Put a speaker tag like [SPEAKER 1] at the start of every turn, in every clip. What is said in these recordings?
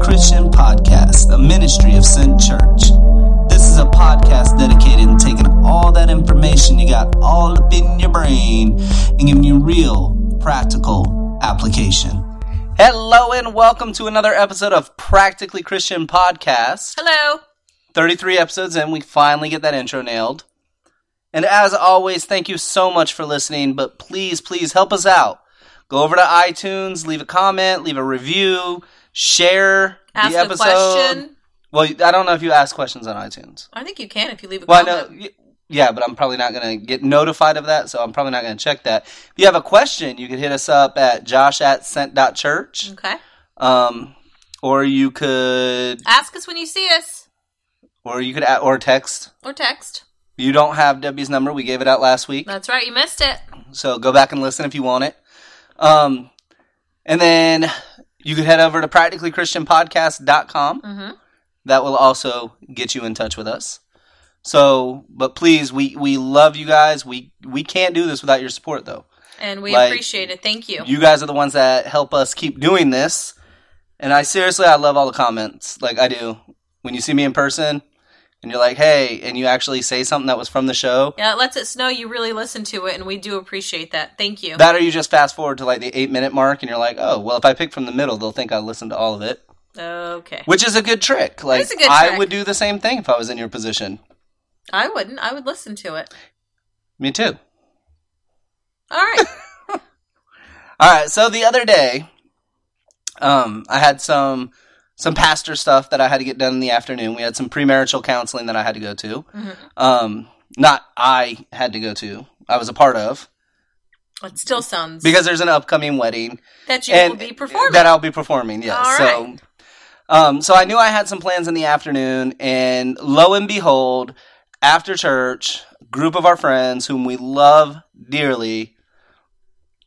[SPEAKER 1] Christian Podcast, a ministry of Sin Church. This is a podcast dedicated to taking all that information you got all up in your brain and giving you real, practical application. Hello, and welcome to another episode of Practically Christian Podcast.
[SPEAKER 2] Hello.
[SPEAKER 1] 33 episodes in, we finally get that intro nailed. And as always, thank you so much for listening, but please, please help us out. Go over to iTunes, leave a comment, leave a review, share
[SPEAKER 2] Ask
[SPEAKER 1] the
[SPEAKER 2] a
[SPEAKER 1] episode.
[SPEAKER 2] question.
[SPEAKER 1] Well, I don't know if you ask questions on iTunes.
[SPEAKER 2] I think you can if you leave a
[SPEAKER 1] Well, I know,
[SPEAKER 2] comment.
[SPEAKER 1] y- yeah, but I'm probably not going to get notified of that, so I'm probably not going to check that. If you have a question, you can hit us up at josh at scent.church,
[SPEAKER 2] Okay.
[SPEAKER 1] um, or you could,
[SPEAKER 2] Ask us when you see us
[SPEAKER 1] or you could, a- or text.
[SPEAKER 2] or text.
[SPEAKER 1] You don't have Debbie's number. We gave it out last week.
[SPEAKER 2] That's right. You missed it.
[SPEAKER 1] So go back and listen if you want it. Um, and then you can head over to practicallychristianpodcast.com.
[SPEAKER 2] Mm-hmm.
[SPEAKER 1] That will also get you in touch with us. So, but please, we, we love you guys. We we can't do this without your support, though.
[SPEAKER 2] And we
[SPEAKER 1] Like,
[SPEAKER 2] appreciate it. Thank you.
[SPEAKER 1] You guys are the ones that help us keep doing this. And I seriously, I love all the comments. Like I do when you see me in person, and you're like, "Hey," and you actually say something that was from the show.
[SPEAKER 2] yeah, it lets us know you really listen to it, and we do appreciate that. Thank you.
[SPEAKER 1] That or you just fast forward to like the eight minute mark and you're like, oh, well, if I pick from the middle, they'll think I listened to all of it,
[SPEAKER 2] okay.
[SPEAKER 1] which is a good trick. Like,
[SPEAKER 2] is a good
[SPEAKER 1] I
[SPEAKER 2] trick.
[SPEAKER 1] would do the same thing if I was in your position.
[SPEAKER 2] I wouldn't. I would listen to it.
[SPEAKER 1] Me too.
[SPEAKER 2] All right.
[SPEAKER 1] All right. So the other day, um, I had some some pastor stuff that I had to get done in the afternoon. We had some premarital counseling that I had to go to.
[SPEAKER 2] Mhm.
[SPEAKER 1] Um, not I had to go to. I was a part of
[SPEAKER 2] It still sounds
[SPEAKER 1] because there's an upcoming wedding
[SPEAKER 2] that you will be performing.
[SPEAKER 1] That I'll be performing, yes.
[SPEAKER 2] All
[SPEAKER 1] so,
[SPEAKER 2] right.
[SPEAKER 1] um, so I knew I had some plans in the afternoon, and lo and behold, after church, group of our friends whom we love dearly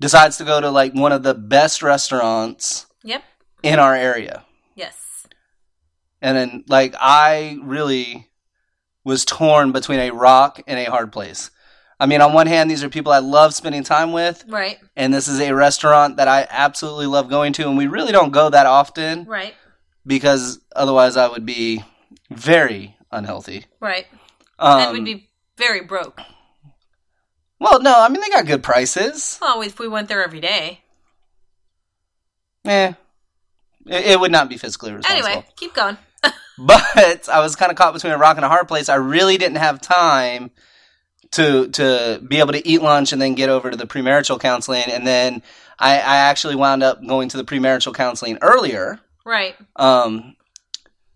[SPEAKER 1] decides to go to like one of the best restaurants
[SPEAKER 2] yep.
[SPEAKER 1] in our area.
[SPEAKER 2] Yes.
[SPEAKER 1] And then, like, I really was torn between a rock and a hard place. I mean, on one hand, these are people I love spending time with,
[SPEAKER 2] Right.
[SPEAKER 1] and this is a restaurant that I absolutely love going to, and we really don't go that often
[SPEAKER 2] Right.
[SPEAKER 1] because otherwise I would be very unhealthy.
[SPEAKER 2] Right.
[SPEAKER 1] Um,
[SPEAKER 2] and we'd be very broke.
[SPEAKER 1] well, no, I mean they got good prices.
[SPEAKER 2] Well, if we went there every day.
[SPEAKER 1] Eh, it, it would not be fiscally responsible.
[SPEAKER 2] Anyway, keep going.
[SPEAKER 1] But I was kind of caught between a rock and a hard place. I really didn't have time to to be able to eat lunch and then get over to the premarital counseling, and then I, I actually wound up going to the premarital counseling earlier.
[SPEAKER 2] Right.
[SPEAKER 1] Um,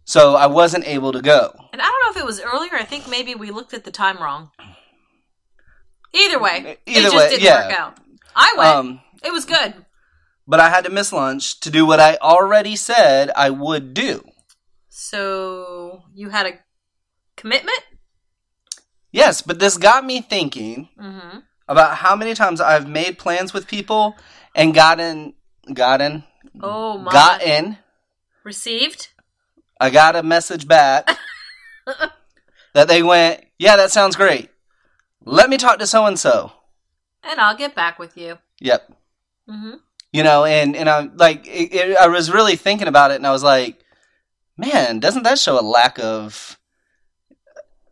[SPEAKER 1] so I wasn't able to go.
[SPEAKER 2] And I don't know if it was earlier. I think maybe we looked at the time wrong. Either way,
[SPEAKER 1] Mm, Either
[SPEAKER 2] it just
[SPEAKER 1] way,
[SPEAKER 2] didn't
[SPEAKER 1] yeah.
[SPEAKER 2] work out. I went.
[SPEAKER 1] Um,
[SPEAKER 2] it was good.
[SPEAKER 1] but I had to miss lunch to do what I already said I would do.
[SPEAKER 2] So you had a commitment.
[SPEAKER 1] Yes, but this got me thinking
[SPEAKER 2] Mm-hmm.
[SPEAKER 1] about how many times I've made plans with people and gotten gotten
[SPEAKER 2] Oh my!
[SPEAKER 1] gotten
[SPEAKER 2] Received.
[SPEAKER 1] I got a message back that they went, "Yeah, that sounds great. Let me talk to so and so."
[SPEAKER 2] And I'll get back with you.
[SPEAKER 1] Yep.
[SPEAKER 2] Mm-hmm.
[SPEAKER 1] you know and and i'm like it, it, i was really thinking about it and i was like man doesn't that show a lack of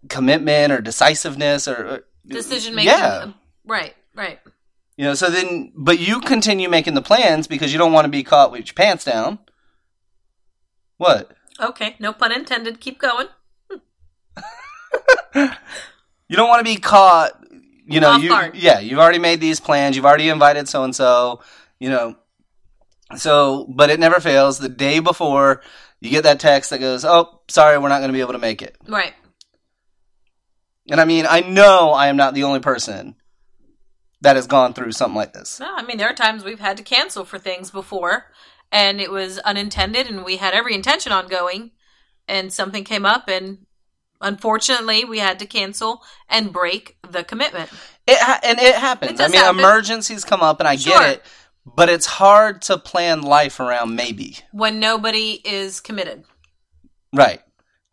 [SPEAKER 1] commitment or decisiveness or or-
[SPEAKER 2] Decision making.
[SPEAKER 1] yeah
[SPEAKER 2] Right. Right.
[SPEAKER 1] you know so then but you continue making the plans because you don't want to be caught with your pants down what
[SPEAKER 2] Okay. No pun intended. Keep going.
[SPEAKER 1] you don't want to be caught you know
[SPEAKER 2] Off
[SPEAKER 1] you
[SPEAKER 2] guard.
[SPEAKER 1] yeah you've already made these plans you've already invited so and so you know so but it never fails the day before you get that text that goes oh sorry we're not going to be able to make it
[SPEAKER 2] Right.
[SPEAKER 1] and i mean i know i am not the only person that has gone through something like this
[SPEAKER 2] No, I mean there are times we've had to cancel for things before, and it was unintended, and we had every intention on going, and something came up, and unfortunately we had to cancel and break the commitment.
[SPEAKER 1] it ha- and it happens
[SPEAKER 2] It
[SPEAKER 1] i
[SPEAKER 2] does
[SPEAKER 1] mean
[SPEAKER 2] happen.
[SPEAKER 1] emergencies come up and i
[SPEAKER 2] Sure.
[SPEAKER 1] get it but it's hard to plan life around maybe
[SPEAKER 2] When nobody is committed,
[SPEAKER 1] right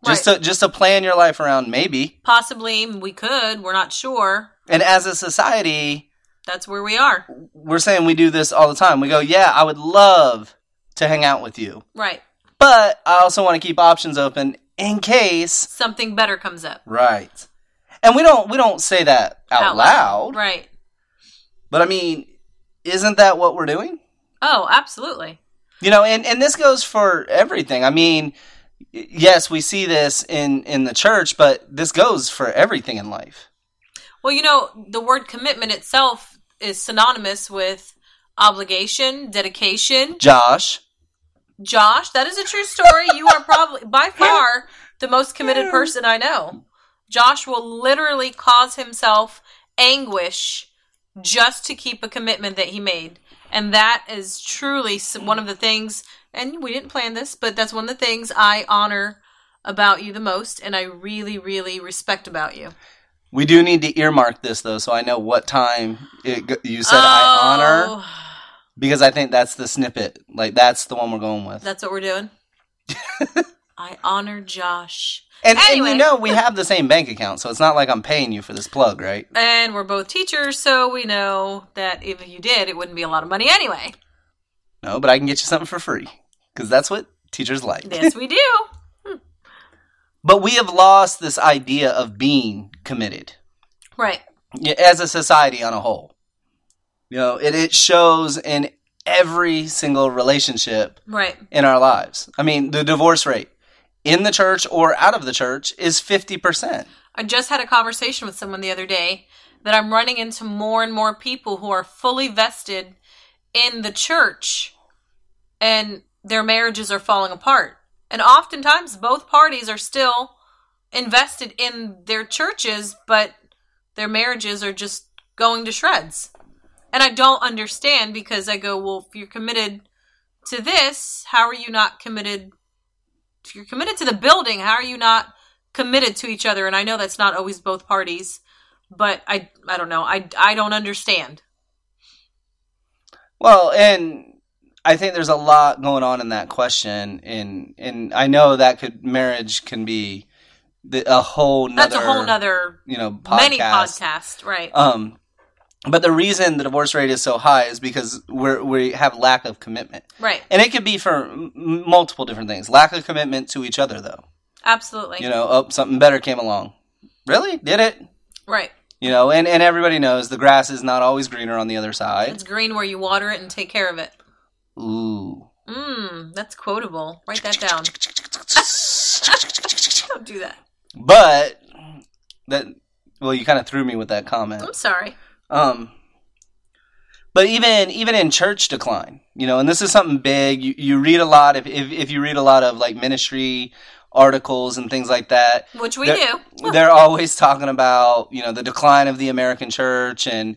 [SPEAKER 1] just
[SPEAKER 2] Right.
[SPEAKER 1] to just to plan your life around maybe
[SPEAKER 2] possibly we could. We're not sure.
[SPEAKER 1] and as a society
[SPEAKER 2] That's where we are.
[SPEAKER 1] we're saying we do this all the time. We go, yeah, I would love to hang out with you,
[SPEAKER 2] Right.
[SPEAKER 1] But I also want to keep options open in case.
[SPEAKER 2] Something better comes up.
[SPEAKER 1] Right. And we don't we don't say that out, loud.
[SPEAKER 2] Right.
[SPEAKER 1] But I mean, isn't that what we're doing?
[SPEAKER 2] Oh, absolutely.
[SPEAKER 1] You know, and and this goes for everything. I mean, y- yes, we see this in in the church, but this goes for everything in life.
[SPEAKER 2] Well, you know, the word commitment itself is synonymous with obligation, dedication.
[SPEAKER 1] Josh,
[SPEAKER 2] Josh, that is a true story. You are probably by far the most committed person I know. Josh will literally cause himself anguish just to keep a commitment that he made. And that is truly s- one of the things, and we didn't plan this, but that's one of the things I honor about you the most and I really, really respect about you.
[SPEAKER 1] we do need to earmark this though, so I know what time it, go- you said I honor
[SPEAKER 2] Oh,
[SPEAKER 1] because I think that's the snippet. Like that's the one we're going with.
[SPEAKER 2] That's what we're doing. I honor Josh.
[SPEAKER 1] And, and
[SPEAKER 2] Anyway.
[SPEAKER 1] you know we have the same bank account, so it's not like I'm paying you for this plug, right?
[SPEAKER 2] And we're both teachers, so we know that if you did, it wouldn't be a lot of money anyway.
[SPEAKER 1] No, but I can get you something for free because that's what teachers like.
[SPEAKER 2] Yes, we do.
[SPEAKER 1] But we have lost this idea of being committed
[SPEAKER 2] Right.
[SPEAKER 1] yeah, as a society on a whole. You know, it, it shows in every single relationship
[SPEAKER 2] Right.
[SPEAKER 1] in our lives. I mean, the divorce rate in the church or out of the church is 50%.
[SPEAKER 2] I just had a conversation with someone the other day that I'm running into more and more people who are fully vested in the church and their marriages are falling apart. And oftentimes both parties are still invested in their churches, but their marriages are just going to shreds. And I don't understand because I go, well, if you're committed to this, how are you not committed? If you're committed to the building, how are you not committed to each other? And I know that's not always both parties, but I, I don't know. I, I don't understand.
[SPEAKER 1] Well, and I think there's a lot going on in that question, and and I know that could marriage can be the, a whole nother,
[SPEAKER 2] that's a whole nother
[SPEAKER 1] you know podcast.
[SPEAKER 2] many podcast, right?
[SPEAKER 1] Um, but the reason the divorce rate is so high is because we're we have lack of commitment,
[SPEAKER 2] right.
[SPEAKER 1] and it could be for m- multiple different things. Lack of commitment to each other, though.
[SPEAKER 2] Absolutely.
[SPEAKER 1] You know, oh, something better came along. Really, did it?
[SPEAKER 2] right.
[SPEAKER 1] You know, and, and everybody knows the grass is not always greener on the other
[SPEAKER 2] It's
[SPEAKER 1] side.
[SPEAKER 2] green where you water it and take care of it.
[SPEAKER 1] Ooh.
[SPEAKER 2] Mm, that's quotable. Write that down. Don't do that.
[SPEAKER 1] But that well, you kind of threw me with that comment.
[SPEAKER 2] I'm sorry.
[SPEAKER 1] Um, but even even in church decline, you know, and this is something big. You, you read a lot if, if if you read a lot of like ministry articles and things like that.
[SPEAKER 2] Which we
[SPEAKER 1] There-
[SPEAKER 2] do.
[SPEAKER 1] They're always talking about you know the decline of the American church and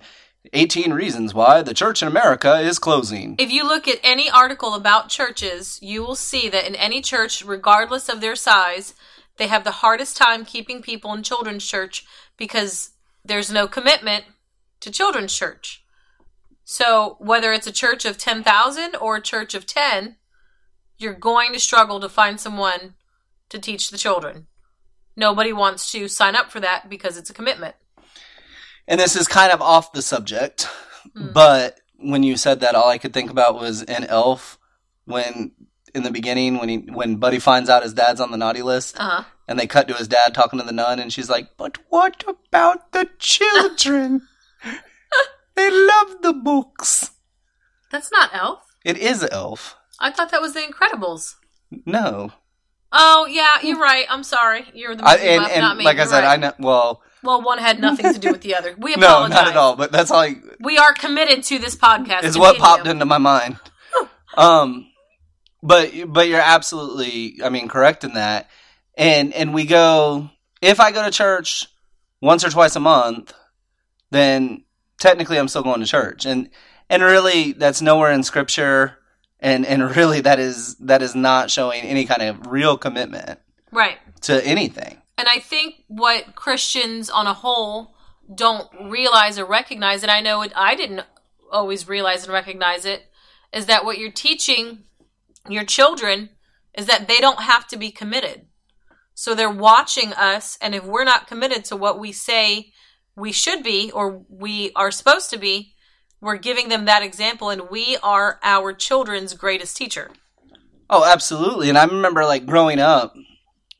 [SPEAKER 1] 18 reasons why the church in America is closing.
[SPEAKER 2] If you look at any article about churches, you will see that in any church, regardless of their size, they have the hardest time keeping people in children's church because there's no commitment to children's church. So, whether it's a church of 10,000 or a church of 10, you're going to struggle to find someone to teach the children. Nobody wants to sign up for that because it's a commitment.
[SPEAKER 1] And this is kind of off the subject,
[SPEAKER 2] Hmm.
[SPEAKER 1] but when you said that, all I could think about was an elf when in the beginning when he when Buddy finds out his dad's on the naughty list.
[SPEAKER 2] Uh huh.
[SPEAKER 1] And they cut to his dad talking to the nun, and she's like, But what about the children? they love the books.
[SPEAKER 2] That's not Elf.
[SPEAKER 1] It is Elf.
[SPEAKER 2] I thought that was The Incredibles.
[SPEAKER 1] No.
[SPEAKER 2] Oh yeah, you're right. I'm sorry. You're the
[SPEAKER 1] I,
[SPEAKER 2] movie
[SPEAKER 1] and
[SPEAKER 2] buff,
[SPEAKER 1] and
[SPEAKER 2] not me.
[SPEAKER 1] like I
[SPEAKER 2] You're
[SPEAKER 1] said,
[SPEAKER 2] right.
[SPEAKER 1] I know. Well,
[SPEAKER 2] well, one had nothing to do with the other. We
[SPEAKER 1] no,
[SPEAKER 2] apologize.
[SPEAKER 1] not at all, but that's all I,
[SPEAKER 2] We are committed to this podcast.
[SPEAKER 1] is what
[SPEAKER 2] Continue.
[SPEAKER 1] popped into my mind. um, but but you're absolutely, I mean, correct in that. And and we go if I go to church once or twice a month, then technically I'm still going to church. And and really, that's nowhere in scripture. And and really, that is that is not showing any kind of real commitment
[SPEAKER 2] Right.
[SPEAKER 1] to anything.
[SPEAKER 2] And I think what Christians on a whole don't realize or recognize, and I know it, I didn't always realize and recognize it, is that what you're teaching your children is that they don't have to be committed. So they're watching us, and if we're not committed to what we say we should be or we are supposed to be, we're giving them that example, and we are our children's greatest teacher.
[SPEAKER 1] Oh, absolutely. And I remember like growing up,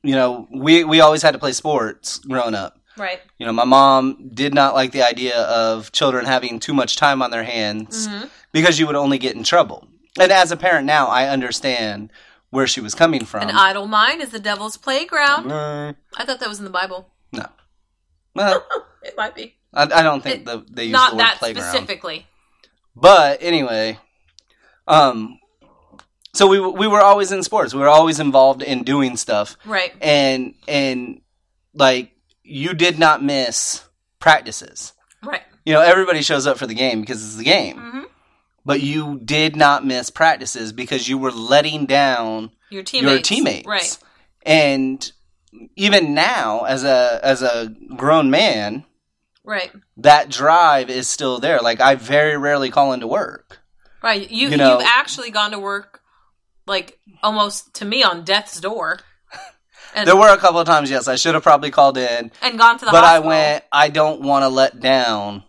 [SPEAKER 1] you know, we we always had to play sports growing up.
[SPEAKER 2] Right.
[SPEAKER 1] You know, my mom did not like the idea of children having too much time on their hands
[SPEAKER 2] Mhm.
[SPEAKER 1] because you would only get in trouble. And as a parent now, I understand where she was coming from.
[SPEAKER 2] An idle mind is the devil's playground.
[SPEAKER 1] Mm,
[SPEAKER 2] I thought that was in the Bible.
[SPEAKER 1] well,
[SPEAKER 2] It might be.
[SPEAKER 1] I, I don't think the, they use the
[SPEAKER 2] Not
[SPEAKER 1] word
[SPEAKER 2] that
[SPEAKER 1] playground.
[SPEAKER 2] specifically.
[SPEAKER 1] But anyway, um, so we we were always in sports. We were always involved in doing stuff.
[SPEAKER 2] Right.
[SPEAKER 1] and and like you did not miss practices.
[SPEAKER 2] Right.
[SPEAKER 1] You know, everybody shows up for the game because it's the game,
[SPEAKER 2] hmm
[SPEAKER 1] but you did not miss practices because you were letting down
[SPEAKER 2] Your teammates.
[SPEAKER 1] your teammates.
[SPEAKER 2] Right.
[SPEAKER 1] And even now, as a as a grown man,
[SPEAKER 2] Right.
[SPEAKER 1] that drive is still there. Like I very rarely call into work.
[SPEAKER 2] Right. You,
[SPEAKER 1] You know-
[SPEAKER 2] you've actually gone to work like almost to me on death's door. And,
[SPEAKER 1] There were a couple of times, yes, I should have probably called in,
[SPEAKER 2] and gone to the
[SPEAKER 1] but I
[SPEAKER 2] hospital.
[SPEAKER 1] went. I don't want to let down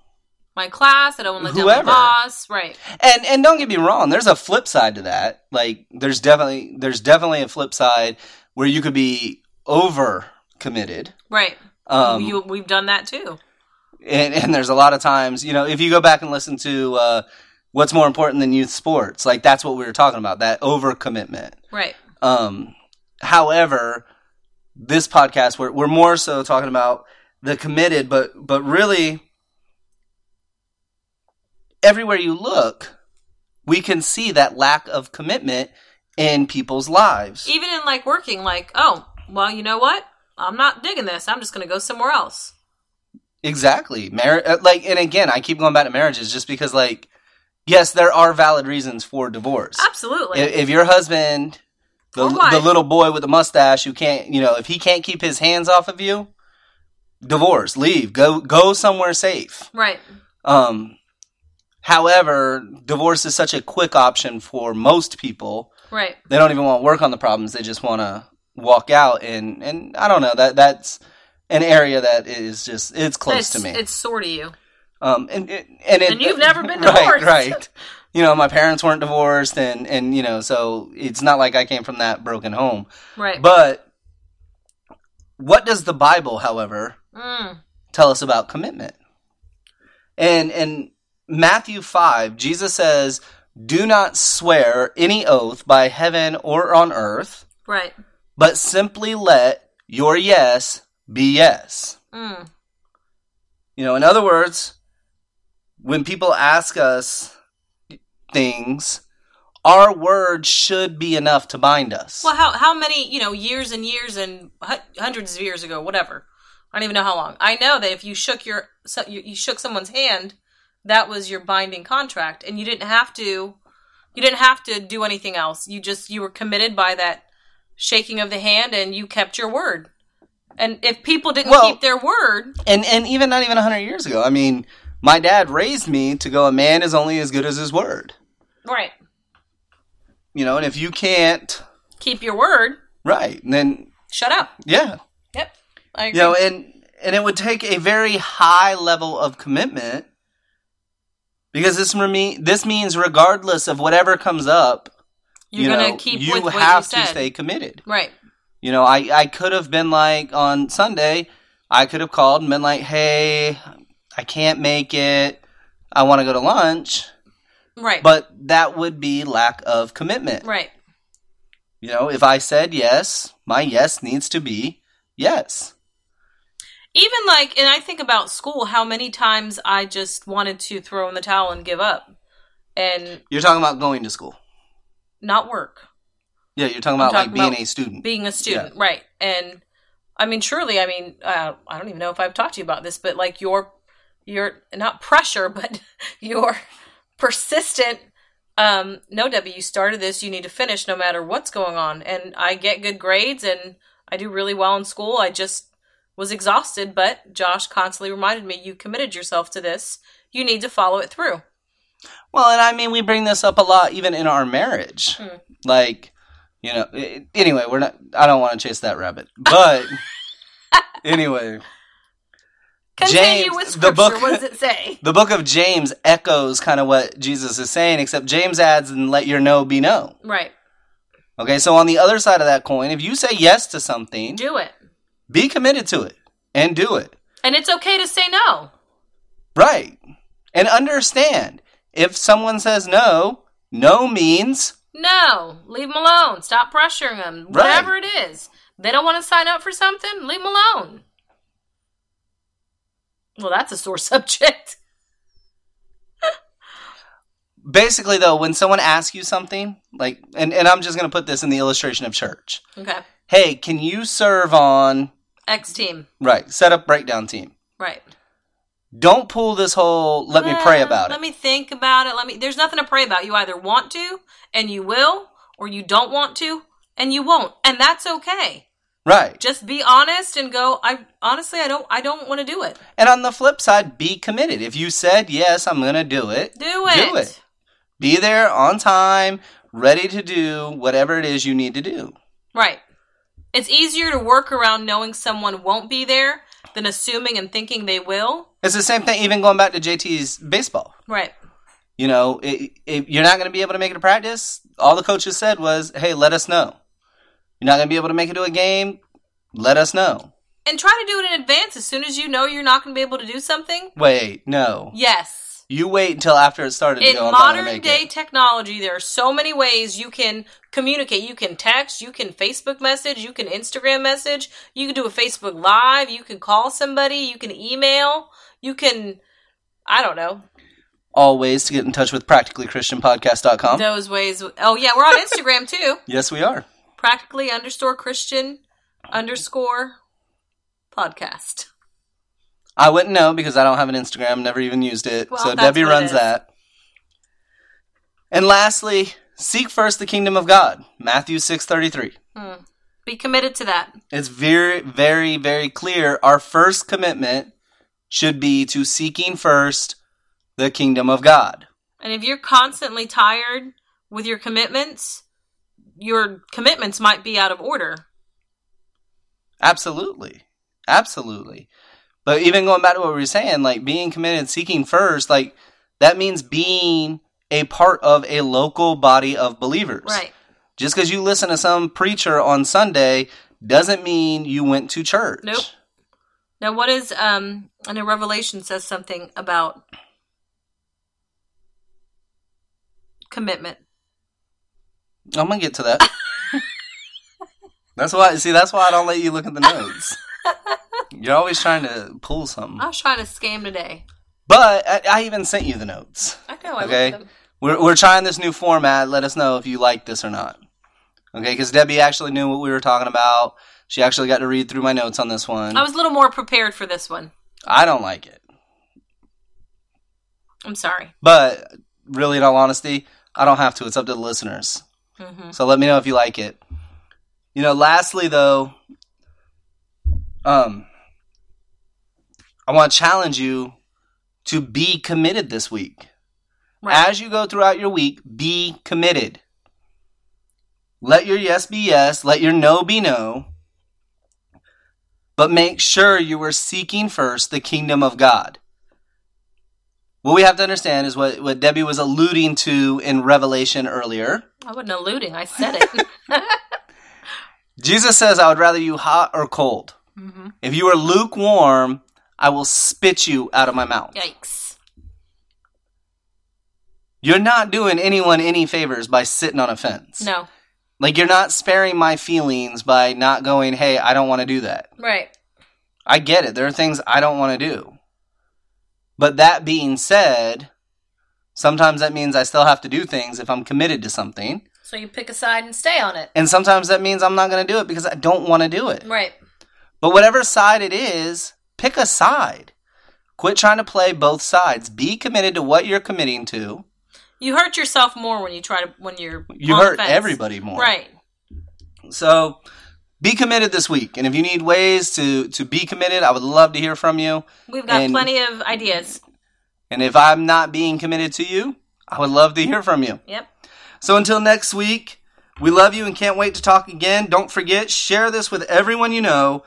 [SPEAKER 2] my class. I don't want to let down
[SPEAKER 1] Whoever.
[SPEAKER 2] my boss. Right.
[SPEAKER 1] And and don't get me wrong, there's a flip side to that. Like there's definitely there's definitely a flip side where you could be over committed.
[SPEAKER 2] Right.
[SPEAKER 1] Um
[SPEAKER 2] you, we've done that too.
[SPEAKER 1] and, and there's a lot of times, you know, if you go back and listen to uh what's more important than youth sports, like that's what we were talking about, that overcommitment.
[SPEAKER 2] Right.
[SPEAKER 1] Um however, this podcast we're we're more so talking about the committed, but but really everywhere you look, we can see that lack of commitment in people's lives.
[SPEAKER 2] Even in like working, like, oh, well, you know what? I'm not digging this. I'm just going to go somewhere else.
[SPEAKER 1] Exactly. Mar- uh, like and again, I keep going back to marriages just because like yes, there are valid reasons for divorce.
[SPEAKER 2] Absolutely.
[SPEAKER 1] If, if your husband the,
[SPEAKER 2] Or wife.
[SPEAKER 1] the little boy with the mustache who can't, you know, if he can't keep his hands off of you, divorce, leave, go go somewhere safe.
[SPEAKER 2] right.
[SPEAKER 1] Um, however, divorce is such a quick option for most people.
[SPEAKER 2] Right.
[SPEAKER 1] They don't even want to work on the problems. They just want to walk out. And, and I don't know that that's an area that is just it's close
[SPEAKER 2] it's,
[SPEAKER 1] to me.
[SPEAKER 2] It's sore to you.
[SPEAKER 1] um, and it- and, it,
[SPEAKER 2] And you've never been
[SPEAKER 1] right,
[SPEAKER 2] divorced.
[SPEAKER 1] right? You know, my parents weren't divorced, and and you know, so it's not like I came from that broken home.
[SPEAKER 2] Right.
[SPEAKER 1] But what does the Bible, however,
[SPEAKER 2] mm,
[SPEAKER 1] tell us about commitment. And in Matthew 5, Jesus says, Do not swear any oath by heaven or on earth,
[SPEAKER 2] right.
[SPEAKER 1] but simply let your yes be yes.
[SPEAKER 2] Mm,
[SPEAKER 1] You know, in other words, when people ask us things, our word should be enough to bind us.
[SPEAKER 2] Well, how how many you know years and years and hu- hundreds of years ago, whatever. I don't even know how long. I know that if you shook your so- you, you shook someone's hand, that was your binding contract, and you didn't have to you didn't have to do anything else. You just you were committed by that shaking of the hand, and you kept your word. And if people didn't
[SPEAKER 1] Well-
[SPEAKER 2] keep their word,
[SPEAKER 1] And and even not even 100 years ago. I mean, my dad raised me to go a man is only as good as his word.
[SPEAKER 2] right,
[SPEAKER 1] you know, and if you can't,
[SPEAKER 2] keep your word.
[SPEAKER 1] right, then
[SPEAKER 2] Shut up.
[SPEAKER 1] yeah,
[SPEAKER 2] Yep, I agree.
[SPEAKER 1] you know, and and it would take a very high level of commitment because this me this means regardless of whatever comes up, you
[SPEAKER 2] You're gonna
[SPEAKER 1] know,
[SPEAKER 2] keep
[SPEAKER 1] you
[SPEAKER 2] with what
[SPEAKER 1] have
[SPEAKER 2] you said.
[SPEAKER 1] to stay committed.
[SPEAKER 2] right.
[SPEAKER 1] You know, I I could have been like on Sunday, I could have called and been like, hey, I can't make it, I want to go to lunch,
[SPEAKER 2] Right.
[SPEAKER 1] but that would be lack of commitment.
[SPEAKER 2] right.
[SPEAKER 1] You know, if I said yes, my yes needs to be yes.
[SPEAKER 2] Even like, and I think about school, how many times I just wanted to throw in the towel and give up and
[SPEAKER 1] You're talking about going to school.
[SPEAKER 2] not work,
[SPEAKER 1] Yeah, you're talking about
[SPEAKER 2] talking
[SPEAKER 1] like being
[SPEAKER 2] about
[SPEAKER 1] a student.
[SPEAKER 2] being a student. Right. And I mean, truly, I mean, uh, I don't even know if I've talked to you about this, but like your, your, not pressure, but your persistent, um, no, Debbie, you started this, you need to finish no matter what's going on. And I get good grades and I do really well in school. I just was exhausted, but Josh constantly reminded me, you committed yourself to this. You need to follow it through.
[SPEAKER 1] well, and I mean we bring this up a lot even in our marriage.
[SPEAKER 2] Hmm.
[SPEAKER 1] Like, you know, i anyway, we're not I don't want to chase that rabbit. But anyway,
[SPEAKER 2] Continue
[SPEAKER 1] James,
[SPEAKER 2] with scripture.
[SPEAKER 1] the book-
[SPEAKER 2] What does it say?
[SPEAKER 1] the book of James echoes kind of what Jesus is saying except James adds and let your no be no.
[SPEAKER 2] Right.
[SPEAKER 1] Okay, so on the other side of that coin, if you say yes to something,
[SPEAKER 2] Do it.
[SPEAKER 1] be committed to it and do it.
[SPEAKER 2] And it's okay to say no.
[SPEAKER 1] Right. And understand if someone says no, no means
[SPEAKER 2] No, leave them alone. Stop pressuring them.
[SPEAKER 1] Right.
[SPEAKER 2] Whatever it is, they don't want to sign up for something. Leave them alone. Well, that's a sore subject.
[SPEAKER 1] basically though when someone asks you something like and, and i'm just going to put this in the illustration of church
[SPEAKER 2] Okay,
[SPEAKER 1] hey can you serve on
[SPEAKER 2] X team,
[SPEAKER 1] right set up breakdown team
[SPEAKER 2] right?
[SPEAKER 1] don't pull this whole let me pray
[SPEAKER 2] Well,
[SPEAKER 1] about
[SPEAKER 2] Let
[SPEAKER 1] it
[SPEAKER 2] me think about it. Let me. There's nothing to pray about. You either want to and you will, or you don't want to and you won't, and that's okay.
[SPEAKER 1] right
[SPEAKER 2] Just be honest and go. I honestly, I don't. I don't want to do it.
[SPEAKER 1] and on the flip side be committed if you said yes i'm going to do it
[SPEAKER 2] Do it.
[SPEAKER 1] Do it. be there on time ready to do whatever it is you need to do
[SPEAKER 2] Right. It's easier to work around knowing someone won't be there than assuming and thinking they will.
[SPEAKER 1] it's the same thing even going back to jt's baseball
[SPEAKER 2] Right.
[SPEAKER 1] you know i if you're not going to be able to make it to practice all the coaches said was hey let us know you're not going to be able to make it to a game let us know
[SPEAKER 2] And try to do it in advance as soon as you know you're not going to be able to do something.
[SPEAKER 1] wait no
[SPEAKER 2] Yes.
[SPEAKER 1] you wait until after it started to
[SPEAKER 2] In
[SPEAKER 1] go "I'm not gonna
[SPEAKER 2] modern
[SPEAKER 1] make
[SPEAKER 2] day
[SPEAKER 1] it."
[SPEAKER 2] technology, there are so many ways you can communicate. You can text, you can Facebook message, you can Instagram message, you can do a Facebook Live, you can call somebody, you can email, you can, I don't know,
[SPEAKER 1] all ways to get in touch with practicallychristianpodcast.com
[SPEAKER 2] those ways. Oh, yeah, we're on Instagram too.
[SPEAKER 1] yes we are
[SPEAKER 2] practically underscore Christian underscore podcast.
[SPEAKER 1] i wouldn't know because i don't have an instagram never even used it
[SPEAKER 2] Well,
[SPEAKER 1] so
[SPEAKER 2] that's
[SPEAKER 1] debbie
[SPEAKER 2] what it
[SPEAKER 1] runs
[SPEAKER 2] is.
[SPEAKER 1] that and lastly seek first the kingdom of god matthew 633
[SPEAKER 2] Be committed to that.
[SPEAKER 1] It's very, very, very clear. Our first commitment should be to seeking first the kingdom of God.
[SPEAKER 2] And if you're constantly tired with your commitments, your commitments might be out of order.
[SPEAKER 1] Absolutely. Absolutely. But even going back to what we were saying, like being committed, seeking first, like that means being a part of a local body of believers.
[SPEAKER 2] Right.
[SPEAKER 1] Just because you listen to some preacher on Sunday doesn't mean you went to church.
[SPEAKER 2] Nope. Now, what is, um, I know Revelation says something about commitment.
[SPEAKER 1] I'm gonna get to that. that's why. See, that's why I don't let you look at the notes. You're always trying to pull something.
[SPEAKER 2] I was trying to scam today.
[SPEAKER 1] But I, I even sent you the notes.
[SPEAKER 2] I know, I
[SPEAKER 1] Okay.
[SPEAKER 2] okay. them.
[SPEAKER 1] We're we're trying this new format. Let us know if you like this or not. Okay, because Debbie actually knew what we were talking about. She actually got to read through my notes on this one.
[SPEAKER 2] I was a little more prepared for this one.
[SPEAKER 1] I don't like it,
[SPEAKER 2] I'm sorry.
[SPEAKER 1] but really, in all honesty, I don't have to. It's up to the listeners.
[SPEAKER 2] hmm
[SPEAKER 1] So let me know if you like it. You know, lastly though, um I want to challenge you to be committed this week.
[SPEAKER 2] Right.
[SPEAKER 1] As you go throughout your week, be committed. Let your yes be yes, let your no be no. But make sure you are seeking first the kingdom of God. What we have to understand is what, what Debbie was alluding to in Revelation earlier.
[SPEAKER 2] I wasn't alluding. I said it.
[SPEAKER 1] Jesus says, I would rather you hot or cold.
[SPEAKER 2] hmm
[SPEAKER 1] If you are lukewarm, I will spit you out of my mouth.
[SPEAKER 2] Yikes.
[SPEAKER 1] You're not doing anyone any favors by sitting on a fence.
[SPEAKER 2] No.
[SPEAKER 1] Like, you're not sparing my feelings by not going, hey, I don't want to do that.
[SPEAKER 2] Right.
[SPEAKER 1] I get it. There are things I don't want to do. But that being said, sometimes that means I still have to do things if I'm committed to something.
[SPEAKER 2] So you pick a side and stay on it.
[SPEAKER 1] And sometimes that means I'm not going to do it because I don't want to do it.
[SPEAKER 2] Right.
[SPEAKER 1] But whatever side it is, pick a side. Quit trying to play both sides. Be committed to what you're committing to.
[SPEAKER 2] You hurt yourself more when you try to when you're
[SPEAKER 1] You
[SPEAKER 2] on the
[SPEAKER 1] hurt
[SPEAKER 2] fence.
[SPEAKER 1] everybody more.
[SPEAKER 2] Right.
[SPEAKER 1] So be committed this week. And if you need ways to, to be committed, I would love to hear from you.
[SPEAKER 2] We've got
[SPEAKER 1] And-
[SPEAKER 2] plenty of ideas.
[SPEAKER 1] And if I'm not being committed to you, I would love to hear from you.
[SPEAKER 2] Yep.
[SPEAKER 1] So until next week, we love you and can't wait to talk again. Don't forget, share this with everyone you know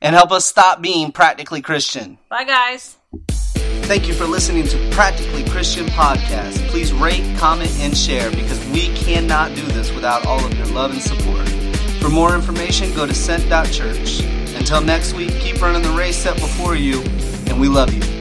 [SPEAKER 1] and help us stop being practically Christian.
[SPEAKER 2] Bye guys.
[SPEAKER 1] Thank you for listening to Practically Christian Podcast. Please rate, comment, and share because We cannot do this without all of your love and support. For more information, go to scent.church. Until next week, keep running the race set before you, and we love you.